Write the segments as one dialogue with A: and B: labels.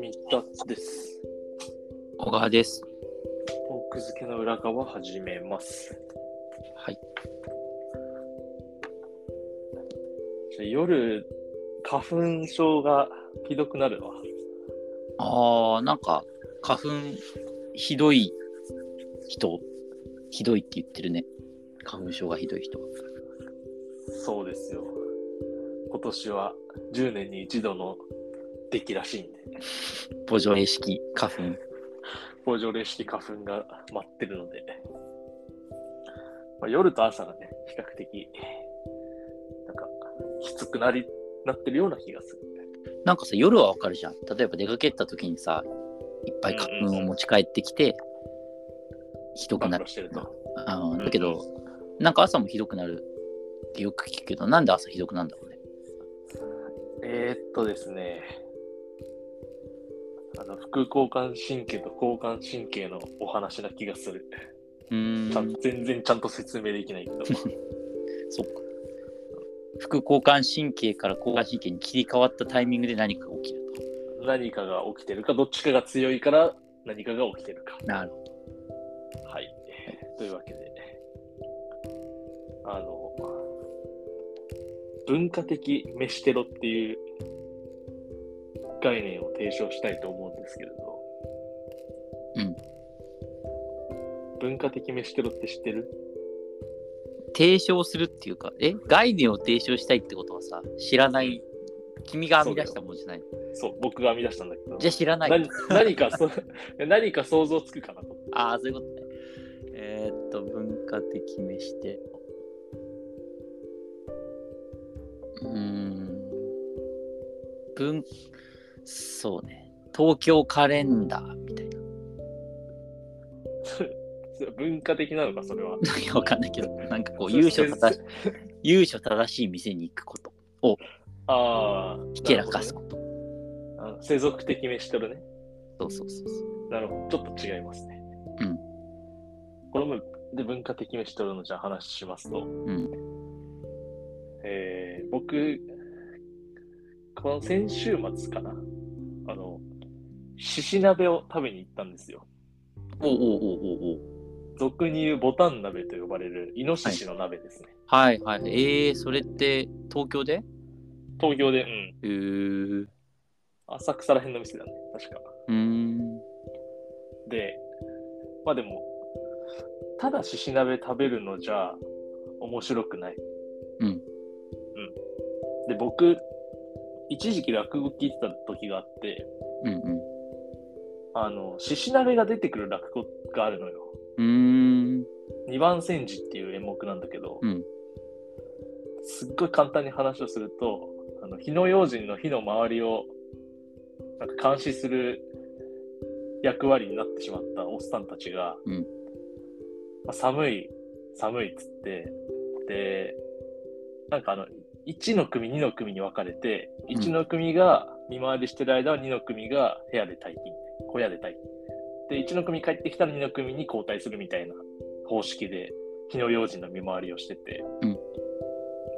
A: 三田です。
B: 小川です。
A: 奥付けの裏側始めます。
B: はい。
A: じゃあ夜、花粉症がひどくなるわ。
B: ああ、なんか、花粉、ひどい人、ひどいって言ってるね。花粉症がひどい人。
A: そうですよ。今年は10年に一度の出来らしいんで、
B: ボジョレ式花粉。
A: ボジョレ式花粉が待ってるので、まあ、夜と朝がね、比較的、なんか、きつくなり、なってるような気がする。
B: なんかさ、夜はわかるじゃん。例えば出かけた時にさ、いっぱい花粉を持ち帰ってきて、ひどく
A: 暴
B: なる
A: 露。してると。
B: あ
A: う
B: ー
A: ん
B: だけど、なんか朝もひどくなるってよく聞くけど、なんで朝ひどくなるんだろうね。
A: えー、っとですね、あの副交感神経と交感神経のお話な気がする。
B: う
A: ちゃ
B: ー
A: ん
B: ん、
A: 全然ちゃんと説明できないけど。
B: そっか。副交感神経から交感神経に切り替わったタイミングで何かが起きると。
A: 何かが起きてるか、どっちかが強いから何かが起きてるか。
B: なるほど。
A: はい。というわけで、あの、文化的飯テロっていう概念を提唱したいと思うんですけれど。
B: うん。
A: 文化的飯テロって知ってる
B: 提唱するっていうか、え概念を提唱したいってことはさ、知らない、君が編み出したものじゃない。
A: そう、僕が編み出したんだけど。
B: じゃあ知らない
A: 何。何かそ 何か想像つくかなと思って。
B: ああ、そういうことね。えーっと、文化的飯して。うーん。文、そうね。東京カレンダーみたいな。
A: それ文化的なのか、それは。
B: いやわかんないけど、なんかこう、優勝正し、優勝正しい店に行くこと。
A: ああ。
B: ひけらかす
A: なる
B: こと。
A: ほどね。あの世俗的飯テロね。
B: そうそうそうそう。
A: なるほど。ちょっと違いますね。
B: うん。
A: この前で文化的飯テロのじゃあ話しますと。
B: ん
A: えー僕、この先週末かな。あの、しし鍋を食べに行ったんですよ。
B: おうおうおうおうおう
A: 俗に言うボタン鍋と呼ばれるイノシシの鍋ですね。
B: はいはい。えー、それって東京で
A: 東京で、うん、
B: へー
A: 浅草ら辺の店だね、確か。
B: うーん。
A: で、まあでも、ただしし鍋食べるのじゃ面白くない。
B: うん
A: うん。で、僕、一時期落語聞いてた時があって、
B: うんうん。
A: あの、しし鍋が出てくる落語があるのよ。
B: うーん。
A: 二番煎じっていう演目なんだけど、
B: うん
A: すっごい簡単に話をすると、あの火の用心の火の周りをなんか監視する役割になってしまったおっさんたちが、
B: うん
A: まあ、寒い、寒いっつって、で、なんかあの、1の組、2の組に分かれて、
B: ん
A: 1の組が見回りしてる間は2の組が部屋で待機、小屋で待機。で、1の組帰ってきたら2の組に交代するみたいな方式で、火の用心の見回りをしてて、
B: うん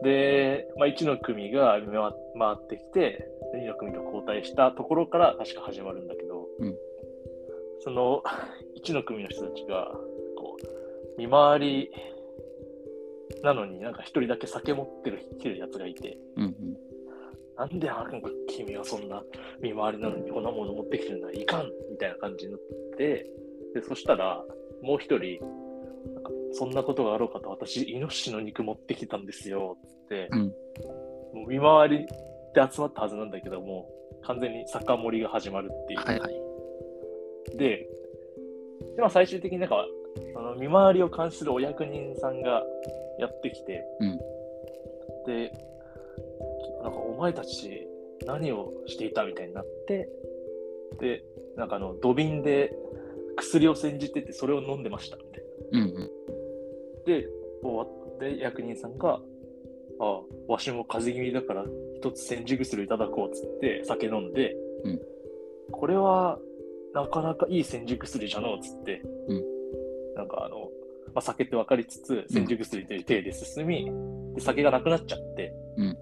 A: で、まあ、1の組が見回回ってきて、で2の組と交代したところから確か始まるんだけど、
B: うん
A: その 1の組の人たちが、こう、見回りなのになんか1人だけ酒持ってる来てるやつがいて、
B: うんうん。
A: なんであんか君はそんな見回りなのにこんなもの持ってきてるのはいかんみたいな感じになって、でそしたら、もう一人、なんかそんなことがあろうかと私、イノシシの肉持ってきたんですよつって、
B: うん
A: もう見回りで集まったはずなんだけども、完全に酒盛りが始まるっていう。
B: はいは
A: で、
B: い。
A: でまあ、最終的になんかその見回りを監視するお役人さんがやってきて、
B: うん
A: で、なんかお前たち何をしていたみたいになって、で、なんかあの土瓶で薬を煎じてて、それを飲んでましたみたいな。
B: うんうん。
A: で、終わって役人さんが、ああ、わしも風邪気味だから一つ煎じ薬いただこうっつって酒飲んで、
B: うん
A: これはなかなかいい煎じ薬じゃのうっつって、
B: うん
A: なんかあの、まあ、酒って分かりつつ煎じ薬という体で進み、で酒がなくなっちゃって、
B: うん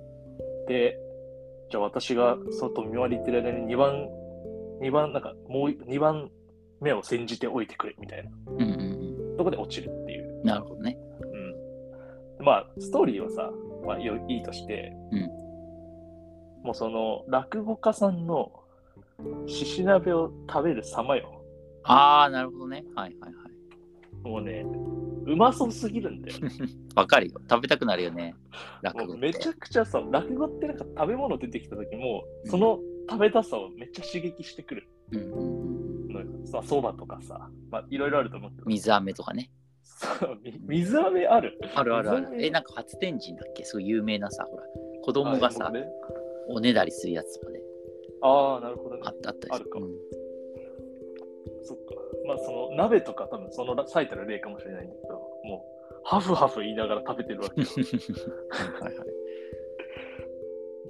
A: でじゃあ私がそのと見回り行ってる間に2番2番なんかもう2番目を煎じておいてくれみたいな
B: うんうん
A: とこで落ちるっていう
B: うん。なるほどね。
A: うん、まあストーリーはさ、まあ、よいいとして、
B: うん
A: もうその落語家さんのしし鍋を食べる様よ
B: ああ、なるほどね。はいはいはい。
A: もうねうまそうすぎるんだよね
B: わかるよ。食べたくなるよね。 落
A: も
B: 語
A: う
B: っ
A: め
B: て。
A: ちゃくちゃさ落語ってなんか食べ物出てきた時もその食べたさをめっちゃ刺激してくる
B: うんうんうんうん。
A: のよさそばとかさまあいろいろあると思うけど
B: 水飴とかね。
A: そうみ水飴ある
B: あるあるあ
A: 水飴
B: る。え、なんか発電人だっけすごい有名なさ、ほら。子供がさ、
A: あもうね
B: おねだりするやつとかね。
A: あーなるほどね
B: あったあったり
A: あるか
B: うん
A: そっか。まあ、その鍋とか多分その最たる例かもしれないんだけど、もう、ハフハフ言いながら食べてるわけ よ
B: はいはい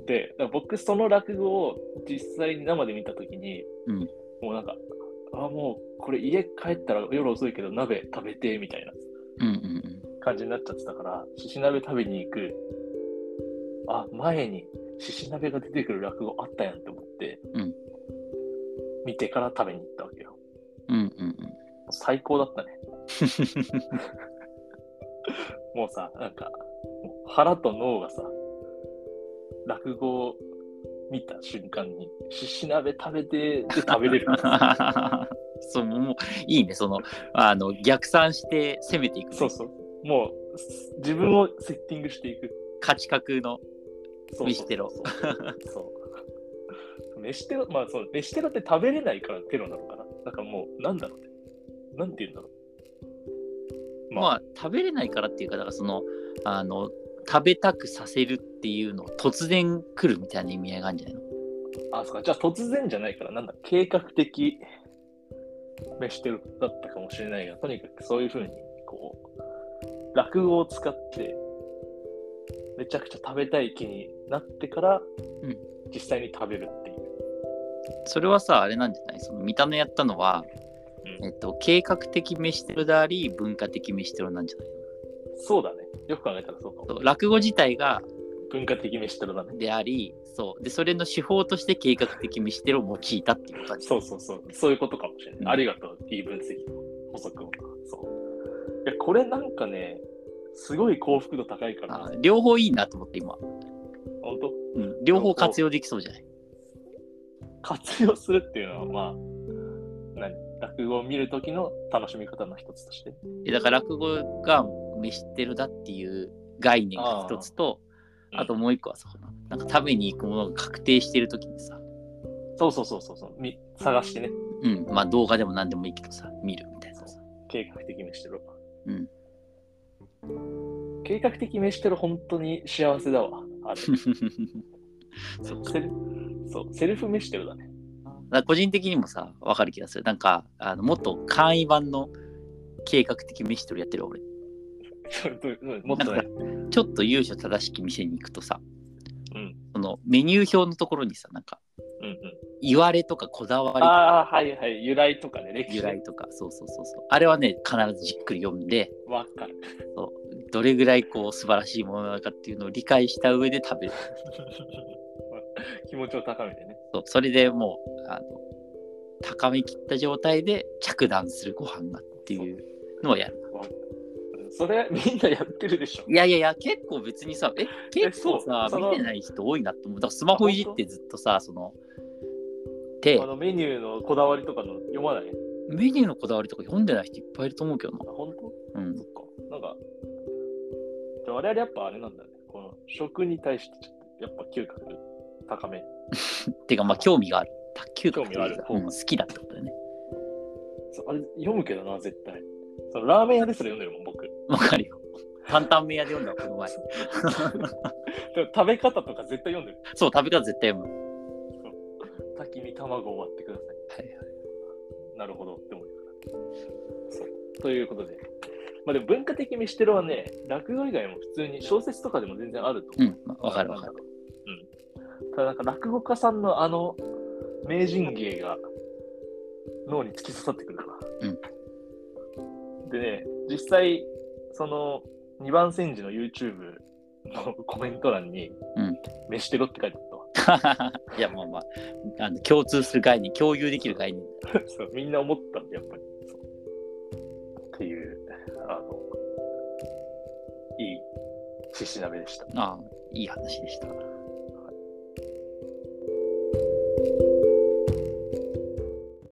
A: で、だから僕、その落語を実際に生で見たときに、
B: うん
A: もうなんか、あもうこれ家帰ったら夜遅いけど鍋食べてみたいな
B: うんうん
A: 感じになっちゃってたから、しし鍋食べに行く。あ、前にしし鍋が出てくる落語あったやんって思って、
B: うん
A: 見てから食べに行ったわけよ。
B: うん。うんうんうん。
A: 最高だったね。もうさ、なんか、腹と脳がさ、落語を見た瞬間に、しし鍋食べてで食べれる。
B: そう、もういいね。その、あの、逆算して攻めていくね、
A: そうそう。もう、す自分をセッティングしていく。
B: 価値格の。
A: そうそうそう
B: 飯テロ
A: そう。飯テロ、まあそう、飯テロって食べれないからテロなのかな。なんかもう、なんだろうね。なんて言うんだろう。
B: まあ、食べれないからっていうか、だからその、あの、食べたくさせるっていうのを突然来るみたいな意味合いがあるんじゃないの
A: あ、そうか。じゃあ突然じゃないから、なんだ、計画的飯テロだったかもしれないが、とにかくそういうふうに、こう、落語を使って、めちゃくちゃ食べたい気になってから、
B: うん
A: 実際に食べるっていう。
B: それはさ、あれなんじゃないその、見た目やったのは、
A: うん
B: えっと、計画的飯テロであり、文化的飯テロなんじゃないの
A: そうだね。よく考えたらそうかも。
B: そう落語自体が
A: 文化的飯テロだね。
B: であり、そう。で、それの手法として計画的飯テロを用いたっていう感じ。
A: そうそうそう。そういうことかもしれない。
B: うん
A: ありがとう。いい分析補足を。そう。いや、これなんかね、すごい幸福度高いから、
B: あ両方いいなと思って今、
A: 本当
B: うん、両方活用できそうじゃない
A: 活用するっていうのは、まあ、何落語を見るときの楽しみ方の一つとして。
B: えだから落語が飯テロだっていう概念が一つと
A: あー
B: あともう一個はそこななんか食べに行くものが確定してる時にさ、
A: そうそうそうそうそうみ、探してね、
B: うん、まあ動画でも何でもいいけどさ見るみたい なさ
A: 計画的飯テロ。
B: うん
A: 計画的飯テロ、本当に幸せだわ。あれ
B: そっか
A: セルそう、セルフ飯テロだね。
B: だから個人的にもさ分かる気がするなんかあのもっと簡易版の計画的飯テロやってる俺
A: うんもっとね
B: な、ちょっと由緒正しき店に行くとさ、
A: うん
B: そのメニュー表のところにさなんか
A: うんうん。
B: 言われとかこだわりとか
A: ああ、はいはい。由来とかね、歴史
B: 由
A: ね。
B: 来とか、そうそうそうそう。あれはね、必ずじっくり読んで、
A: わかる。
B: そうどれぐらいこう素晴らしいものなのかっていうのを理解した上で食べる。
A: 気持ちを高めてね。
B: そうそれでもうあの、高めきった状態で着弾するご飯がっていうのをやる。
A: うんそれ、みんなやってるでしょ。
B: いやいやいや、結構別にさ、え、結構さ
A: え、そうその
B: 見てない人多いなと思う。だからスマホいじってずっとさ、その、で
A: あ、のメニューのこだわりとかの読まない。
B: メニューのこだわりとか読んでない人いっぱいいると思うけどな
A: あ、。本当
B: うん
A: そ。っか。なんか、じゃあ我々やっぱあれなんだね。この食に対してちょっとやっぱ嗅覚高め。
B: てか、まあ、興味がある。卓球とか
A: 興味がある
B: うん好きだってことだよね。
A: そうあれ読むけどな、絶対。そのラーメン屋ですら読んでるもん、僕。
B: わ かるよ。担々麺屋で読んだわこの前。
A: でも食べ方とか絶対読んでる。
B: そう、食べ方絶対読む。
A: 滝に卵を割ってくださ
B: はいはい
A: い。なるほどって思います。そう。ということで。まあでも文化的飯テロはね、落語以外も普通に小説とかでも全然あると思う。
B: うん、まあわかるわかる。
A: ただなんか落語家さんのあの名人芸が脳に突き刺さってくるから。でね、実際その2番煎じの YouTube の コメント欄に、
B: うん
A: 飯テロって書いてあったわ
B: いや、まあまあ、あの共通する概念、共有できる概念。
A: そうみんな思ったんで、やっぱり。そうっていう、あの、いい、しし鍋でした。
B: ああ、いい話でした。